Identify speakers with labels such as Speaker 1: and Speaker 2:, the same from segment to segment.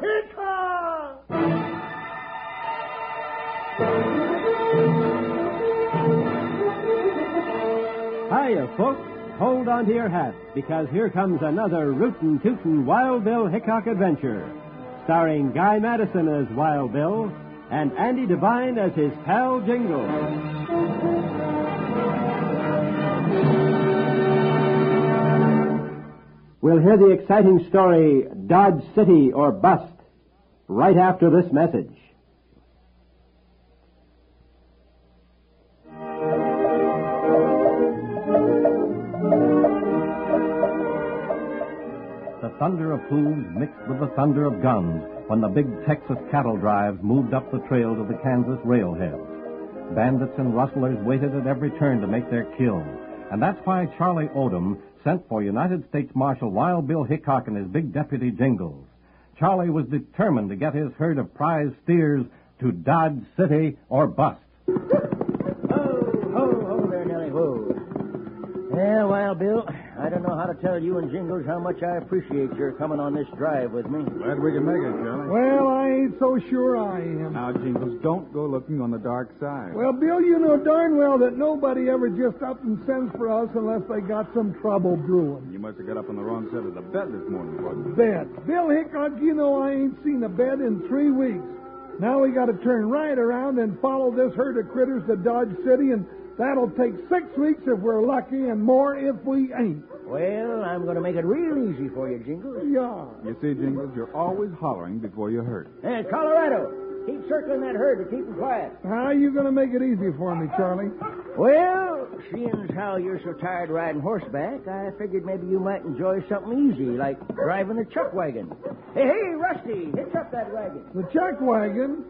Speaker 1: here it comes!
Speaker 2: Hiya, folks. Hold on to your hats because here comes another rootin' tootin' Wild Bill Hickok adventure. Starring Guy Madison as Wild Bill and Andy Devine as his pal Jingle. We'll hear the exciting story Dodge City or Bust right after this message.
Speaker 3: The thunder of hooves mixed with the thunder of guns when the big Texas cattle drives moved up the trail to the Kansas railheads. Bandits and rustlers waited at every turn to make their kill. And that's why Charlie Odom sent for United States Marshal Wild Bill Hickok and his big deputy Jingles. Charlie was determined to get his herd of prize steers to Dodge City or bust.
Speaker 4: Oh, ho, ho there, Nellie, whoa. Well, Wild Bill, I don't know how to tell you and Jingles how much I appreciate your coming on this drive with me.
Speaker 5: Glad we can make it, Charlie.
Speaker 6: Well, I ain't so sure I am.
Speaker 5: Now, Jingles, don't go looking on the dark side.
Speaker 6: Well, Bill, you know darn well that nobody ever just up and sends for us unless they got some trouble brewing.
Speaker 5: you must have got up on the wrong side of the bed this morning, wasn't you?
Speaker 6: Bet. Bill Hickok, you know I ain't seen a bed in three weeks. Now we got to turn right around and follow this herd of critters to Dodge City, and that'll take six weeks if we're lucky, and more if we ain't.
Speaker 4: Well, I'm going to make it real easy for you, Jingles.
Speaker 6: Yeah.
Speaker 5: You see, Jingles, you're always hollering before you're hurt.
Speaker 4: Hey, Colorado, keep circling that herd to keep 'em quiet.
Speaker 6: How you going to make it easy for me, Charlie?
Speaker 4: Well, seeing as how you're so tired riding horseback, I figured maybe you might enjoy something easy, like driving a chuck wagon. Hey, hey, Rusty, hitch up that wagon.
Speaker 6: The chuck wagon?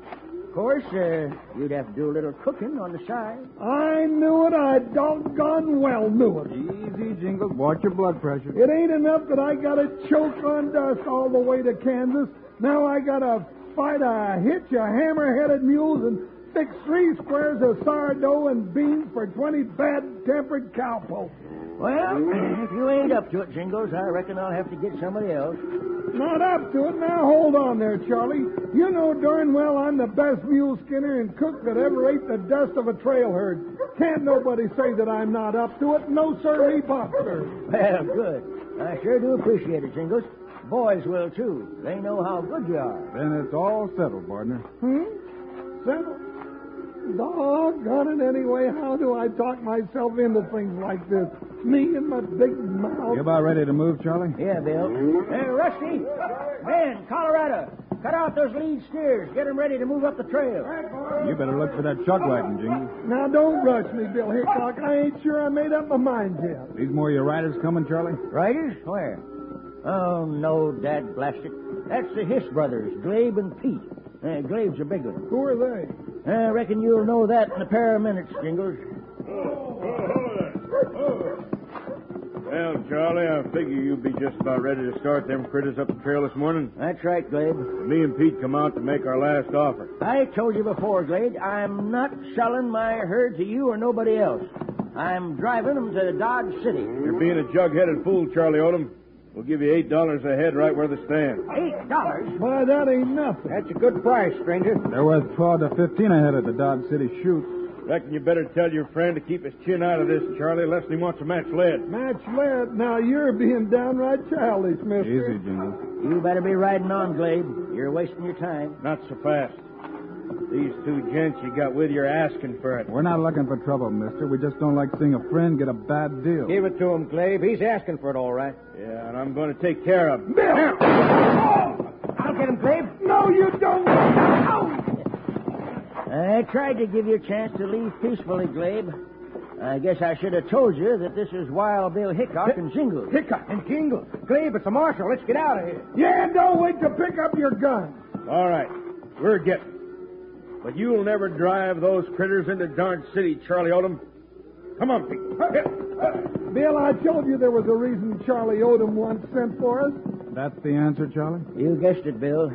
Speaker 4: Of course, uh, you'd have to do a little cooking on the side.
Speaker 6: I knew it. I doggone well knew it.
Speaker 5: Easy, Jingles. Watch your blood pressure.
Speaker 6: It ain't enough that I gotta choke on dust all the way to Kansas. Now I gotta fight a hitch of hammer-headed mules and fix three squares of sourdough and beans for 20 bad-tempered cowpokes.
Speaker 4: Well, if you ain't up to it, Jingles, I reckon I'll have to get somebody else.
Speaker 6: Not up to it. Now hold on there, Charlie. You know darn well I'm the best mule skinner and cook that ever ate the dust of a trail herd. Can't nobody say that I'm not up to it. No sirree, Buster.
Speaker 4: Well, good. I sure do appreciate it, Jingles. Boys will, too. They know how good you are.
Speaker 5: Then it's all settled, partner.
Speaker 6: Hmm? Settle. Doggone it anyway. How do I talk myself into things like this? Me and my big mouth.
Speaker 5: You about ready to move, Charlie?
Speaker 4: Yeah, Bill. Hey, Rusty. Man, Colorado, cut out those lead steers. Get 'em ready to move up the trail.
Speaker 5: You better look for that chuck wagon, Jingles.
Speaker 6: Now don't rush me, Bill Hickok. I ain't sure I made up my mind yet.
Speaker 5: These more of your riders coming, Charlie?
Speaker 4: Riders? Where? Oh, no, Dad, blast it. That's the Hiss brothers, Glabe and Pete. Uh, Glabe's a big one.
Speaker 6: Who are they?
Speaker 4: I reckon you'll know that in a pair of minutes, Jingles.
Speaker 7: Well, Charlie, I figure you'd be just about ready to start them critters up the trail this morning.
Speaker 4: That's right, Glabe.
Speaker 7: Me and Pete come out to make our last offer.
Speaker 4: I told you before, Glabe, I'm not selling my herd to you or nobody else. I'm driving 'em to Dodge City.
Speaker 7: You're being a jug-headed fool, Charlie Odom. We'll give you eight dollars a head right where they stand.
Speaker 4: Eight dollars?
Speaker 6: Why, that ain't nothing.
Speaker 4: That's a good price, stranger.
Speaker 5: They're worth 12 to 15 ahead at the Dodge City Chute.
Speaker 7: Reckon you better tell your friend to keep his chin out of this, Charlie, lest he wants to match lead.
Speaker 6: Match led. Now you're being downright childish, mister.
Speaker 5: Easy, Jingles.
Speaker 4: You better be riding on, Glabe. You're wasting your time.
Speaker 7: Not so fast. These two gents you got with you are asking for it.
Speaker 5: We're not looking for trouble, mister. We just don't like seeing a friend get a bad deal.
Speaker 4: Give it to him, Glabe. He's asking for it, all right.
Speaker 7: Yeah, and I'm going to take care of 'em.
Speaker 4: I'll get him, Glabe.
Speaker 6: No, you don't.
Speaker 4: I tried to give you a chance to leave peacefully, Glabe. I guess I should have told you that this is Wild Bill Hickok and Jingles.
Speaker 6: Hickok and Jingle.
Speaker 4: Glabe, it's a marshal. Let's get out of here.
Speaker 6: Yeah, don't wait to pick up your gun.
Speaker 7: All right, we're getting. 'em. But you'll never drive those critters into Dodge City, Charlie Odom. Come on, Pete.
Speaker 6: Bill, I told you there was a reason Charlie Odom once sent for us.
Speaker 5: That's the answer, Charlie?
Speaker 4: You guessed it, Bill.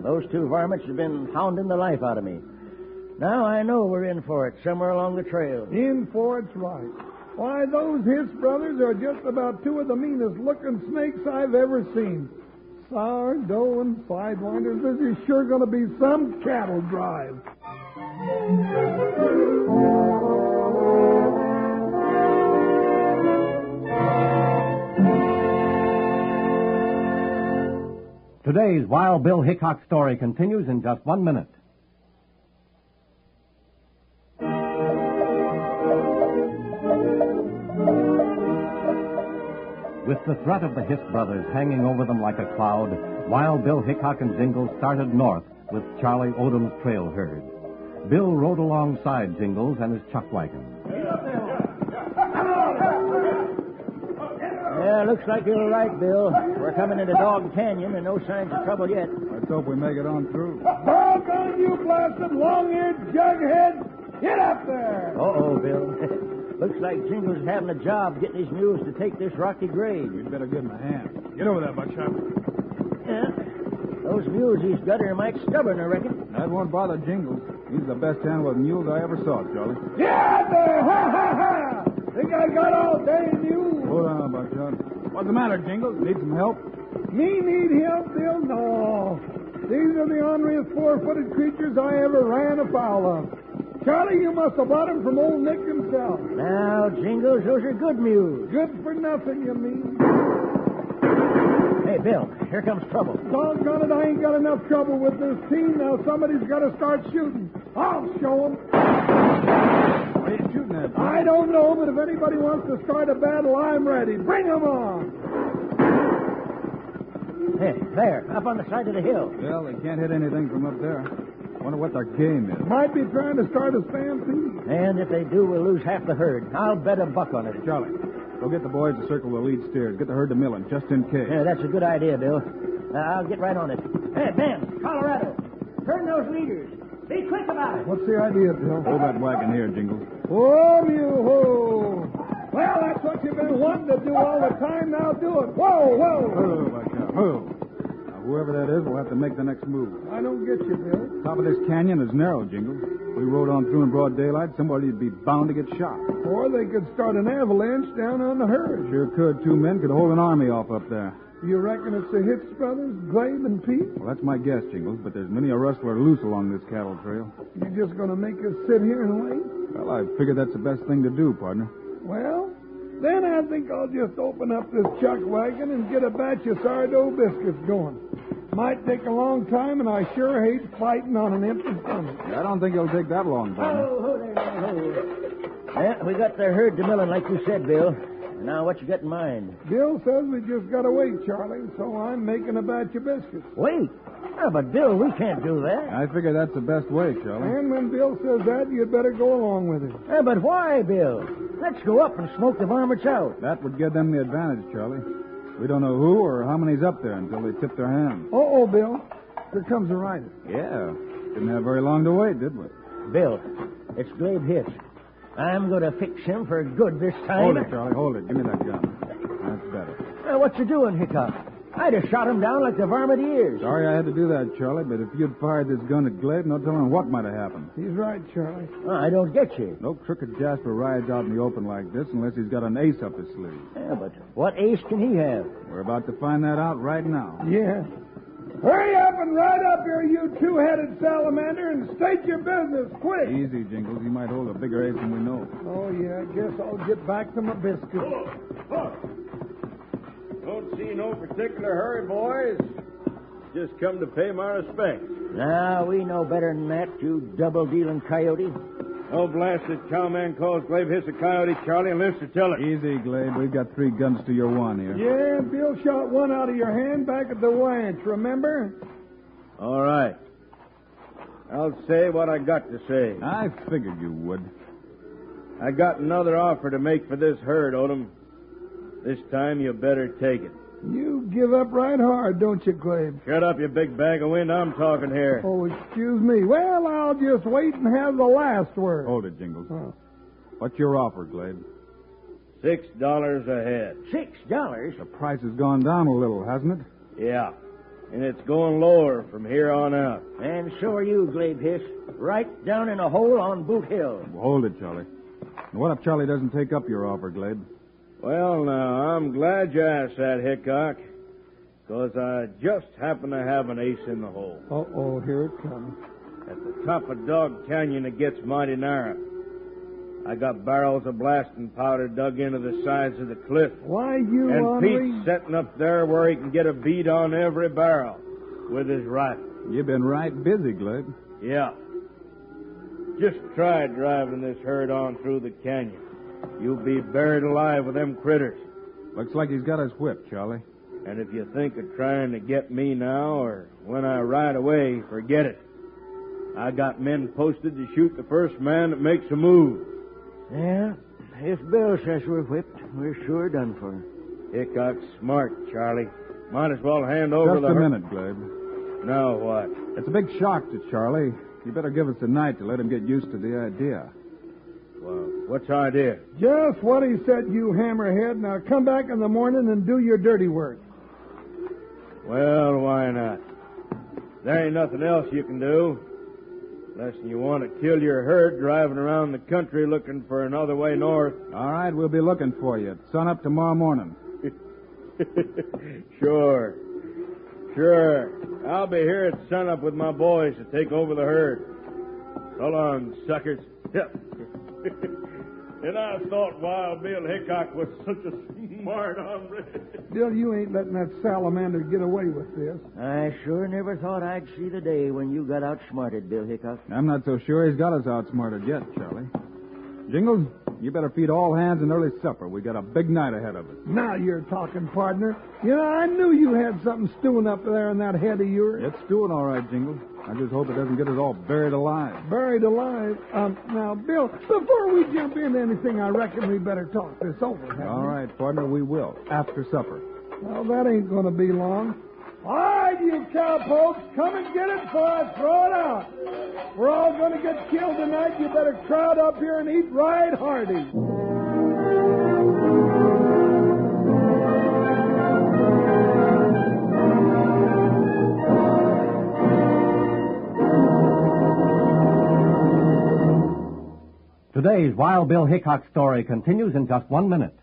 Speaker 4: Those two varmints have been hounding the life out of me. Now I know we're in for it somewhere along the trail.
Speaker 6: In for its right. Why, those Hiss brothers are just about two of the meanest looking snakes I've ever seen. Sourdough and sidewinders. This is sure going to be some cattle drive.
Speaker 3: Today's Wild Bill Hickok story continues in just one minute. With the threat of the Hiss brothers hanging over them like a cloud, Wild Bill Hickok and Jingles started north with Charlie Odom's trail herd. Bill rode alongside Jingles and his chuck wagon.
Speaker 4: Yeah, looks like you're right, Bill. We're coming into Dog Canyon and no signs of trouble yet.
Speaker 5: Let's hope we make it on through.
Speaker 6: Doggone you blasted long-eared jughead! Get up there!
Speaker 4: Uh-oh, Bill. looks like Jingle's having a job getting his mules to take this rocky grade.
Speaker 5: We'd better give him a hand. Get over there, Buckshot.
Speaker 4: Yeah. Those mules he's got are mighty stubborn, I reckon.
Speaker 5: That won't bother Jingles. He's the best handle of mules I ever saw, Charlie.
Speaker 6: Get out there! Ha ha ha! Think I got all day you?
Speaker 5: Hold on, Buckshot. What's the matter, Jingles? Need some help?
Speaker 6: Me need help, Bill? No. These are the orneriest four-footed creatures I ever ran afoul of. Charlie, you must have bought 'em from old Nick himself.
Speaker 4: Now, Jingles, those are good mules.
Speaker 6: Good for nothing, you mean.
Speaker 4: Hey, Bill, here comes trouble.
Speaker 6: Doggone it, I ain't got enough trouble with this team. Now somebody's got to start shooting. I'll show 'em.
Speaker 5: What are you shooting at?
Speaker 6: I don't know, but if anybody wants to start a battle, I'm ready. Bring 'em on.
Speaker 4: Hey, there, up on the side of the hill.
Speaker 5: Well, they can't hit anything from up there. Wonder what their game is.
Speaker 6: Might be trying to start a stampede.
Speaker 4: And if they do, we'll lose half the herd. I'll bet a buck on it.
Speaker 5: Charlie, go get the boys to circle the lead steers. Get the herd to milling, just in case.
Speaker 4: Yeah, that's a good idea, Bill. Uh, I'll get right on it. Hey, Ben, Colorado, turn those leaders. Be quick about it.
Speaker 6: What's the idea, Bill?
Speaker 5: Hold that wagon here, Jingles.
Speaker 6: Whoa, you ho. Well, that's what you've been wanting to do all the time. Now do it. Whoa, whoa.
Speaker 5: Oh, Buckshot. Oh. Now, whoever that is, we'll have to make the next move.
Speaker 6: I don't get you, Bill.
Speaker 5: Top of this canyon is narrow, Jingles. If We rode on through in broad daylight. Somebody'd be bound to get shot.
Speaker 6: Or they could start an avalanche down on the herd.
Speaker 5: Sure could. Two men could hold an army off up there.
Speaker 6: You reckon it's the Hitch brothers, Glave and Pete?
Speaker 5: Well, that's my guess, Jingles. But there's many a rustler loose along this cattle trail.
Speaker 6: You're just going to make us sit here and wait?
Speaker 5: Well, I figured that's the best thing to do, partner.
Speaker 6: Well, then I think I'll just open up this chuck wagon and get a batch of sourdough biscuits going. Might take a long time, and I sure hate fighting on an empty stomach.
Speaker 5: I don't think it'll take that long, partner.
Speaker 4: Oh, Ho, ho there, now, ho. Yeah, we got the herd to milling like you said, Bill. Now, what you got in mind?
Speaker 6: Bill says we just gotta wait, Charlie, so I'm making a batch of biscuits.
Speaker 4: Wait. Yeah, but, Bill, we can't do that.
Speaker 5: I figure that's the best way, Charlie.
Speaker 6: And when Bill says that, you'd better go along with it.
Speaker 4: Yeah, Ah, but why, Bill? Let's go up and smoke the varmints out.
Speaker 5: That would give them the advantage, Charlie. We don't know who or how many's up there until they tip their hand.
Speaker 6: Uh-oh, Bill. Here comes a rider.
Speaker 5: Yeah. Didn't have very long to wait, did we?
Speaker 4: Bill, it's Glade Hitch. I'm going to fix him for good this time.
Speaker 5: Hold it, Charlie. Hold it. Give me that gun. That's better.
Speaker 4: Now, what you doing, Hickok? I'd have shot him down like the varmint he is.
Speaker 5: Sorry I had to do that, Charlie, but if you'd fired this gun at Glade, no telling what might have happened.
Speaker 6: He's right, Charlie.
Speaker 4: I don't get you.
Speaker 5: No crooked Jasper rides out in the open like this unless he's got an ace up his sleeve.
Speaker 4: Yeah, but what ace can he have?
Speaker 5: We're about to find that out right now.
Speaker 6: Yeah. Hurry up and ride up here, you two-headed salamander, and state your business quick.
Speaker 5: Easy, Jingles. He might hold a bigger ace than we know.
Speaker 6: Oh, yeah, I guess I'll get back to my biscuit.
Speaker 7: Don't see no particular hurry, boys. Just come to pay my respects.
Speaker 4: Now, we know better than that, you double-dealing coyote.
Speaker 7: No blasted cowman calls Glave Hiss a coyote, Charlie, and lives to tell it.
Speaker 5: Easy, Glade. We've got three guns to your one here.
Speaker 6: Yeah, Bill shot one out of your hand back at the ranch, remember?
Speaker 7: All right. I'll say what I got to say.
Speaker 5: I figured you would.
Speaker 7: I got another offer to make for this herd, Odom. This time you better take it.
Speaker 6: You give up right hard, don't you, Clabe?
Speaker 7: Shut up, you big bag of wind. I'm talking here.
Speaker 6: Oh, excuse me. Well, I'll just wait and have the last word.
Speaker 5: Hold it, Jingles.
Speaker 6: Oh.
Speaker 5: What's your offer, Glade?
Speaker 7: Six dollars a head.
Speaker 4: Six dollars?
Speaker 5: The price has gone down a little, hasn't it?
Speaker 7: Yeah. And it's going lower from here on out.
Speaker 4: And so are you, Glade Hiss. Right down in a hole on Boot Hill.
Speaker 5: Well, hold it, Charlie. And what if Charlie doesn't take up your offer, Glade?
Speaker 7: Well, now, I'm glad you asked that, Hickok. Because I just happen to have an ace in the hole.
Speaker 6: Uh oh, here it comes.
Speaker 7: At the top of Dog Canyon, it gets mighty narrow. I got barrels of blasting powder dug into the sides of the cliff.
Speaker 6: Why you
Speaker 7: And
Speaker 6: Henri?
Speaker 7: Pete's setting up there where he can get a bead on every barrel with his rifle.
Speaker 5: You've been right busy, Glug.
Speaker 7: Yeah. Just try driving this herd on through the canyon. You'll be buried alive with them critters.
Speaker 5: Looks like he's got us whipped, Charlie.
Speaker 7: And if you think of trying to get me now or when I ride away, forget it. I got men posted to shoot the first man that makes a move.
Speaker 4: Yeah, if Bill says we're whipped, we're sure done for.
Speaker 7: Hickok's smart, Charlie. Might as well hand over
Speaker 5: Just
Speaker 7: the
Speaker 5: a
Speaker 7: herd-
Speaker 5: minute, Glug.
Speaker 7: Now what?
Speaker 5: It's a big shock to Charlie. You better give us a night to let him get used to the idea.
Speaker 7: Well, what's the idea?
Speaker 6: Just what he said, you hammerhead. Now come back in the morning and do your dirty work.
Speaker 7: Well, why not? There ain't nothing else you can do. Unless you want to kill your herd driving around the country looking for another way north.
Speaker 5: All right, we'll be looking for you. at Sun up tomorrow morning.
Speaker 7: sure. Sure. I'll be here at sunup with my boys to take over the herd. So long, suckers. and I thought Wild Bill Hickok was such a smart hombre.
Speaker 6: Bill, you ain't letting that salamander get away with this.
Speaker 4: I sure never thought I'd see the day when you got outsmarted, Bill Hickok.
Speaker 5: I'm not so sure he's got us outsmarted yet, Charlie. Jingles, you better feed all hands an early supper. We got a big night ahead of us.
Speaker 6: Now you're talking, partner. You know, I knew you had something stewing up there in that head of yours.
Speaker 5: It's doing all right, Jingles. I just hope it doesn't get us all buried alive.
Speaker 6: Buried alive. Um, now, Bill, before we jump into anything, I reckon we better talk this over. hadn't
Speaker 5: All
Speaker 6: we?
Speaker 5: right, partner, we will. After supper.
Speaker 6: Well, that ain't going to be long. All right, you cowpokes, come and get it for us. Throw it out. We're all going to get killed tonight. You better crowd up here and eat right hearty.
Speaker 3: Today's Wild Bill Hickok story continues in just one minute.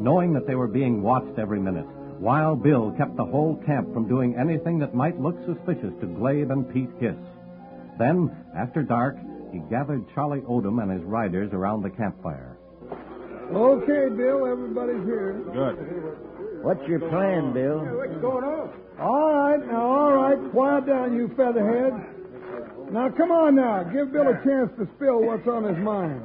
Speaker 3: Knowing that they were being watched every minute, Wild Bill kept the whole camp from doing anything that might look suspicious to Glabe and Pete Kiss. Then, after dark, he gathered Charlie Odom and his riders around the campfire.
Speaker 6: Okay, Bill, everybody's here.
Speaker 5: Good.
Speaker 4: What's your plan, Bill?
Speaker 6: What's going on? All right, now, all right. Quiet down, you featherheads. Now, come on now. Give Bill a chance to spill what's on his mind.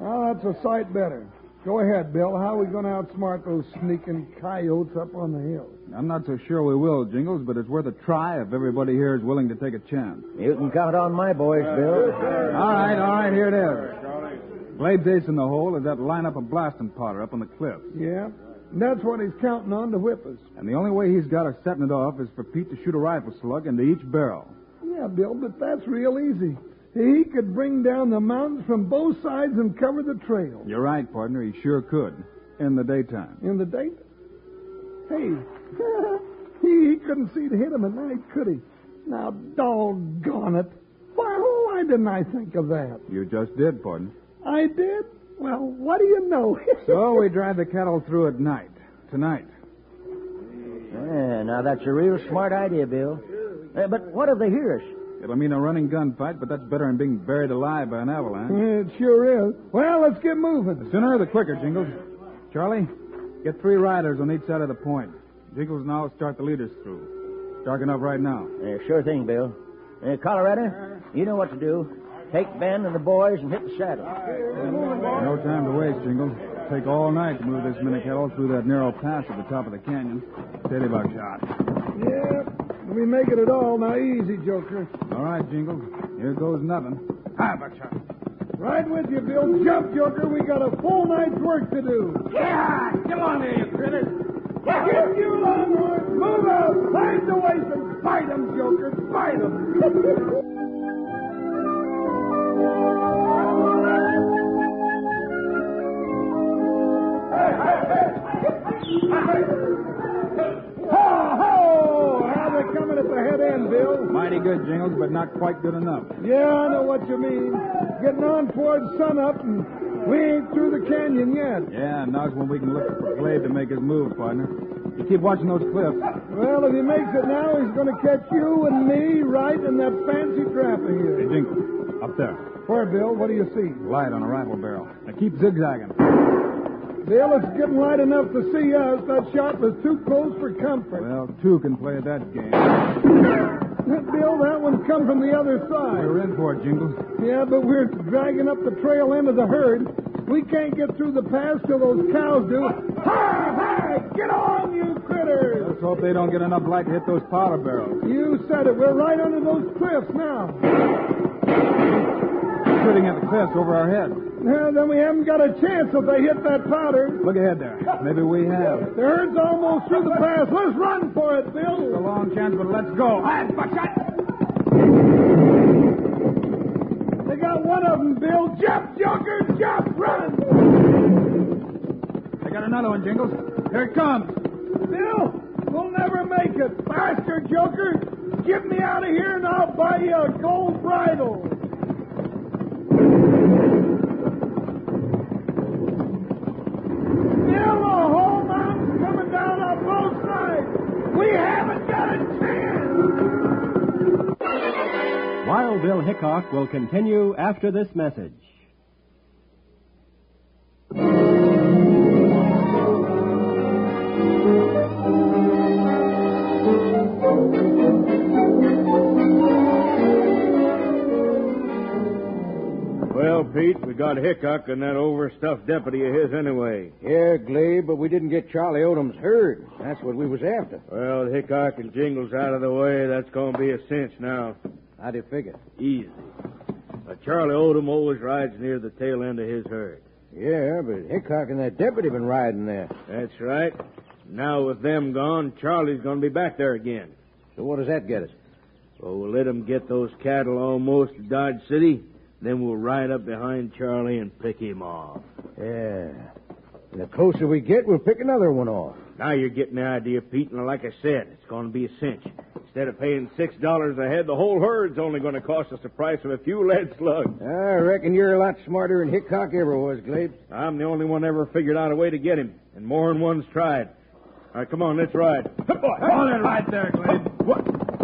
Speaker 6: Now, that's a sight better. Go ahead, Bill. How are we going to outsmart those sneaking coyotes up on the hill?
Speaker 5: I'm not so sure we will, Jingles, but it's worth a try if everybody here is willing to take a chance.
Speaker 4: You can count on my boys, Bill.
Speaker 5: All right, all right, here it is. Glade's ace in the hole is that lineup of blasting powder up on the cliff.
Speaker 6: Yeah. And that's what he's counting on to whip us.
Speaker 5: And the only way he's got of setting it off is for Pete to shoot a rifle slug into each barrel.
Speaker 6: Yeah, Bill, but that's real easy. He could bring down the mountains from both sides and cover the trail.
Speaker 5: You're right, partner. He sure could. In the daytime.
Speaker 6: In the day. Hey, he, he couldn't see to hit him at night, could he? Now, doggone it. Why, why didn't I think of that?
Speaker 5: You just did, partner.
Speaker 6: I did? Well, what do you know?
Speaker 5: So we drive the cattle through at night. Tonight.
Speaker 4: Yeah, now that's a real smart idea, Bill. Uh, but what if they hear us?
Speaker 5: It'll mean a running gunfight, but that's better than being buried alive by an avalanche.
Speaker 6: it sure is. Well, let's get moving.
Speaker 5: The sooner, the quicker, Jingles. Charlie, get three riders on each side of the point. Jingles and I'll start the leaders through. Dark enough right now.
Speaker 4: Uh, sure thing, Bill. Uh, Colorado, you know what to do. Take Ben and the boys and hit the saddle.
Speaker 5: No time to waste, Jingles. Take all night to move this mini cattle through that narrow pass at the top of the canyon. Steady, buckshot.
Speaker 6: Yeah, we make it at all. Now, easy, Joker.
Speaker 5: All right, Jingles. Here goes nothing. Hi, buckshot.
Speaker 6: Right with you, Bill. Jump, Joker. We got a full night's work to do. Yeah! Come on there, you critters. Get you longhorns. Move out. Find the ways and fight 'em, Joker. Fight 'em. Ho, ho! How they coming at the head end, Bill?
Speaker 5: My mighty good, Jingles, but not quite good enough.
Speaker 6: Yeah, I know what you mean. Getting on towards sunup, and we ain't through the canyon yet.
Speaker 5: Yeah, and now's when we can look for Blade to make his move, partner. You keep watching those cliffs.
Speaker 6: Well, if he makes it now, he's going to catch you and me right in that fancy trap of
Speaker 5: Hey,
Speaker 6: his.
Speaker 5: Jingles, up there.
Speaker 6: Where, Bill? What do you see?
Speaker 5: Light on a rifle barrel. Now keep zigzagging.
Speaker 6: Bill, it's getting light enough to see us. That shot was too close for comfort.
Speaker 5: Well, two can play that game.
Speaker 6: Bill, that one's come from the other side.
Speaker 5: We're in for it, Jingles.
Speaker 6: Yeah, but we're dragging up the trail end of the herd. We can't get through the pass till those cows do. Hi, hi! Get on, you critters!
Speaker 5: Let's hope they don't get enough light to hit those powder barrels.
Speaker 6: You said it. We're right under those cliffs now.
Speaker 5: Shooting at the cliffs over our heads.
Speaker 6: Yeah, then we haven't got a chance if they hit that powder.
Speaker 5: Look ahead there. Maybe we have.
Speaker 6: The herd's almost through the pass. Let's run for it,
Speaker 5: It's a
Speaker 6: Bill.
Speaker 5: long chance, but let's go. Ah,
Speaker 6: They got one of them, Bill. Jump, Joker, jump, run!
Speaker 5: I got another one, Jingles. Here it comes.
Speaker 6: Bill, we'll never make it. Faster, Joker. Get me out of here and I'll buy you a gold bridle. Bill, the whole mountain's coming down on both sides. We haven't got a chance.
Speaker 2: Wild Bill Hickok will continue after this message.
Speaker 7: Well, Pete, we got Hickok and that overstuffed deputy of his anyway.
Speaker 4: Yeah, Glebe, but we didn't get Charlie Odom's herd. That's what we was after.
Speaker 7: Well, Hickok and Jingles out of the way, that's going to be a cinch now.
Speaker 4: How do you figure?
Speaker 7: Easy. But Charlie Odom always rides near the tail end of his herd.
Speaker 4: Yeah, but Hickok and that deputy been riding there.
Speaker 7: That's right. Now with them gone, Charlie's going to be back there again.
Speaker 4: So what does that get us?
Speaker 7: Well, we'll let him get those cattle almost to Dodge City, then we'll ride up behind Charlie and pick him off.
Speaker 4: Yeah. And the closer we get, we'll pick another one off.
Speaker 7: Now you're getting the idea, Pete, and like I said, it's going to be a cinch. Instead of paying six dollars a head, the whole herd's only going to cost us the price of a few lead slugs.
Speaker 4: I reckon you're a lot smarter than Hickok ever was, Glebe.
Speaker 7: I'm the only one ever figured out a way to get him, and more than one's tried. All right, come on, let's ride.
Speaker 5: Hold it right there, Glade.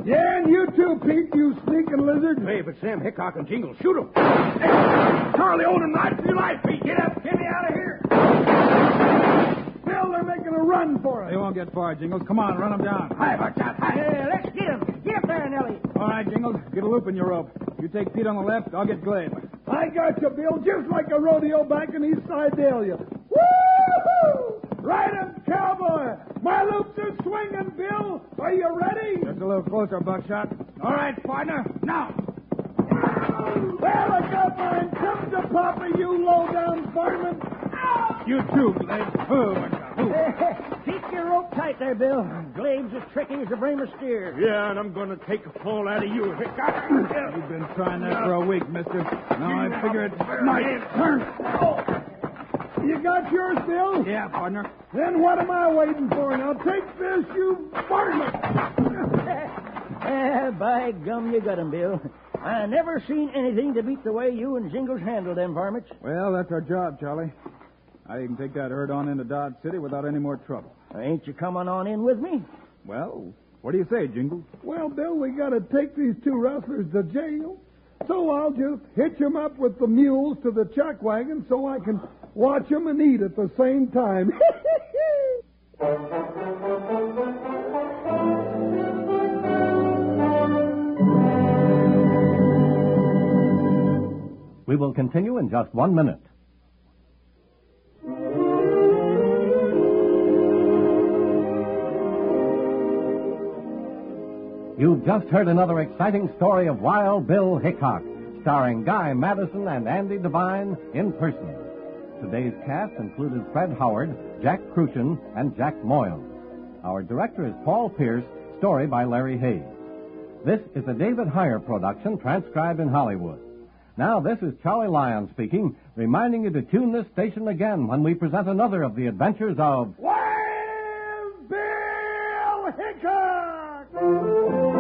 Speaker 6: Yeah, and you too, Pete, you sneaking lizard.
Speaker 7: Hey, but Sam Hickok and Jingle, shoot him! Charlie, hold him right for your life, Pete. Get up, get me out of here.
Speaker 6: Bill, they're making a run for
Speaker 5: They
Speaker 6: it.
Speaker 5: won't get far, Jingles. Come on, run them down.
Speaker 7: Hi, Buckshot,
Speaker 4: Yeah, let's get him. Get up there, Nellie.
Speaker 5: All right, Jingles, get a loop in your rope. You take Pete on the left, I'll get Glade.
Speaker 6: I got you, Bill, just like a rodeo back in East Idalia. Woo-hoo! Ride 'em, cowboy. My loops are swinging, Bill. Are you ready?
Speaker 5: Just a little closer, Buckshot. All right, partner, now.
Speaker 6: Well, I got mine. Come to Papa, you low-down varmint.
Speaker 5: You too, Glade. Oh, Buckshot. Oh.
Speaker 4: Keep your rope tight there, Bill. Glabe's as tricky as a brain of steer.
Speaker 7: Yeah, and I'm going to take a fall out of you, Hickok.
Speaker 5: You've been trying that for a week, mister. Now I figure it's my turn.
Speaker 6: You got yours, Bill?
Speaker 5: Yeah, partner.
Speaker 6: Then what am I waiting for? Now take this, you varmint.
Speaker 4: Eh, by gum, you got him, Bill. I never seen anything to beat the way you and Jingles handled them varmints.
Speaker 5: Well, that's our job, Charlie. Now you can take that herd on into Dodge City without any more trouble.
Speaker 4: Uh, Ain't you coming on in with me?
Speaker 5: Well, what do you say, Jingles?
Speaker 6: Well, Bill, we got to take these two rustlers to jail. So I'll just hitch 'em up with the mules to the chuck wagon so I can watch 'em and eat at the same time.
Speaker 3: We will continue in just one minute. You've just heard another exciting story of Wild Bill Hickok, starring Guy Madison and Andy Devine in person. Today's cast included Fred Howard, Jack Crucian, and Jack Moyles. Our director is Paul Pierce, story by Larry Hayes. This is a David Heyer production transcribed in Hollywood. Now, this is Charlie Lyon speaking, reminding you to tune this station again when we present another of the adventures of
Speaker 6: Wild Bill Hickok!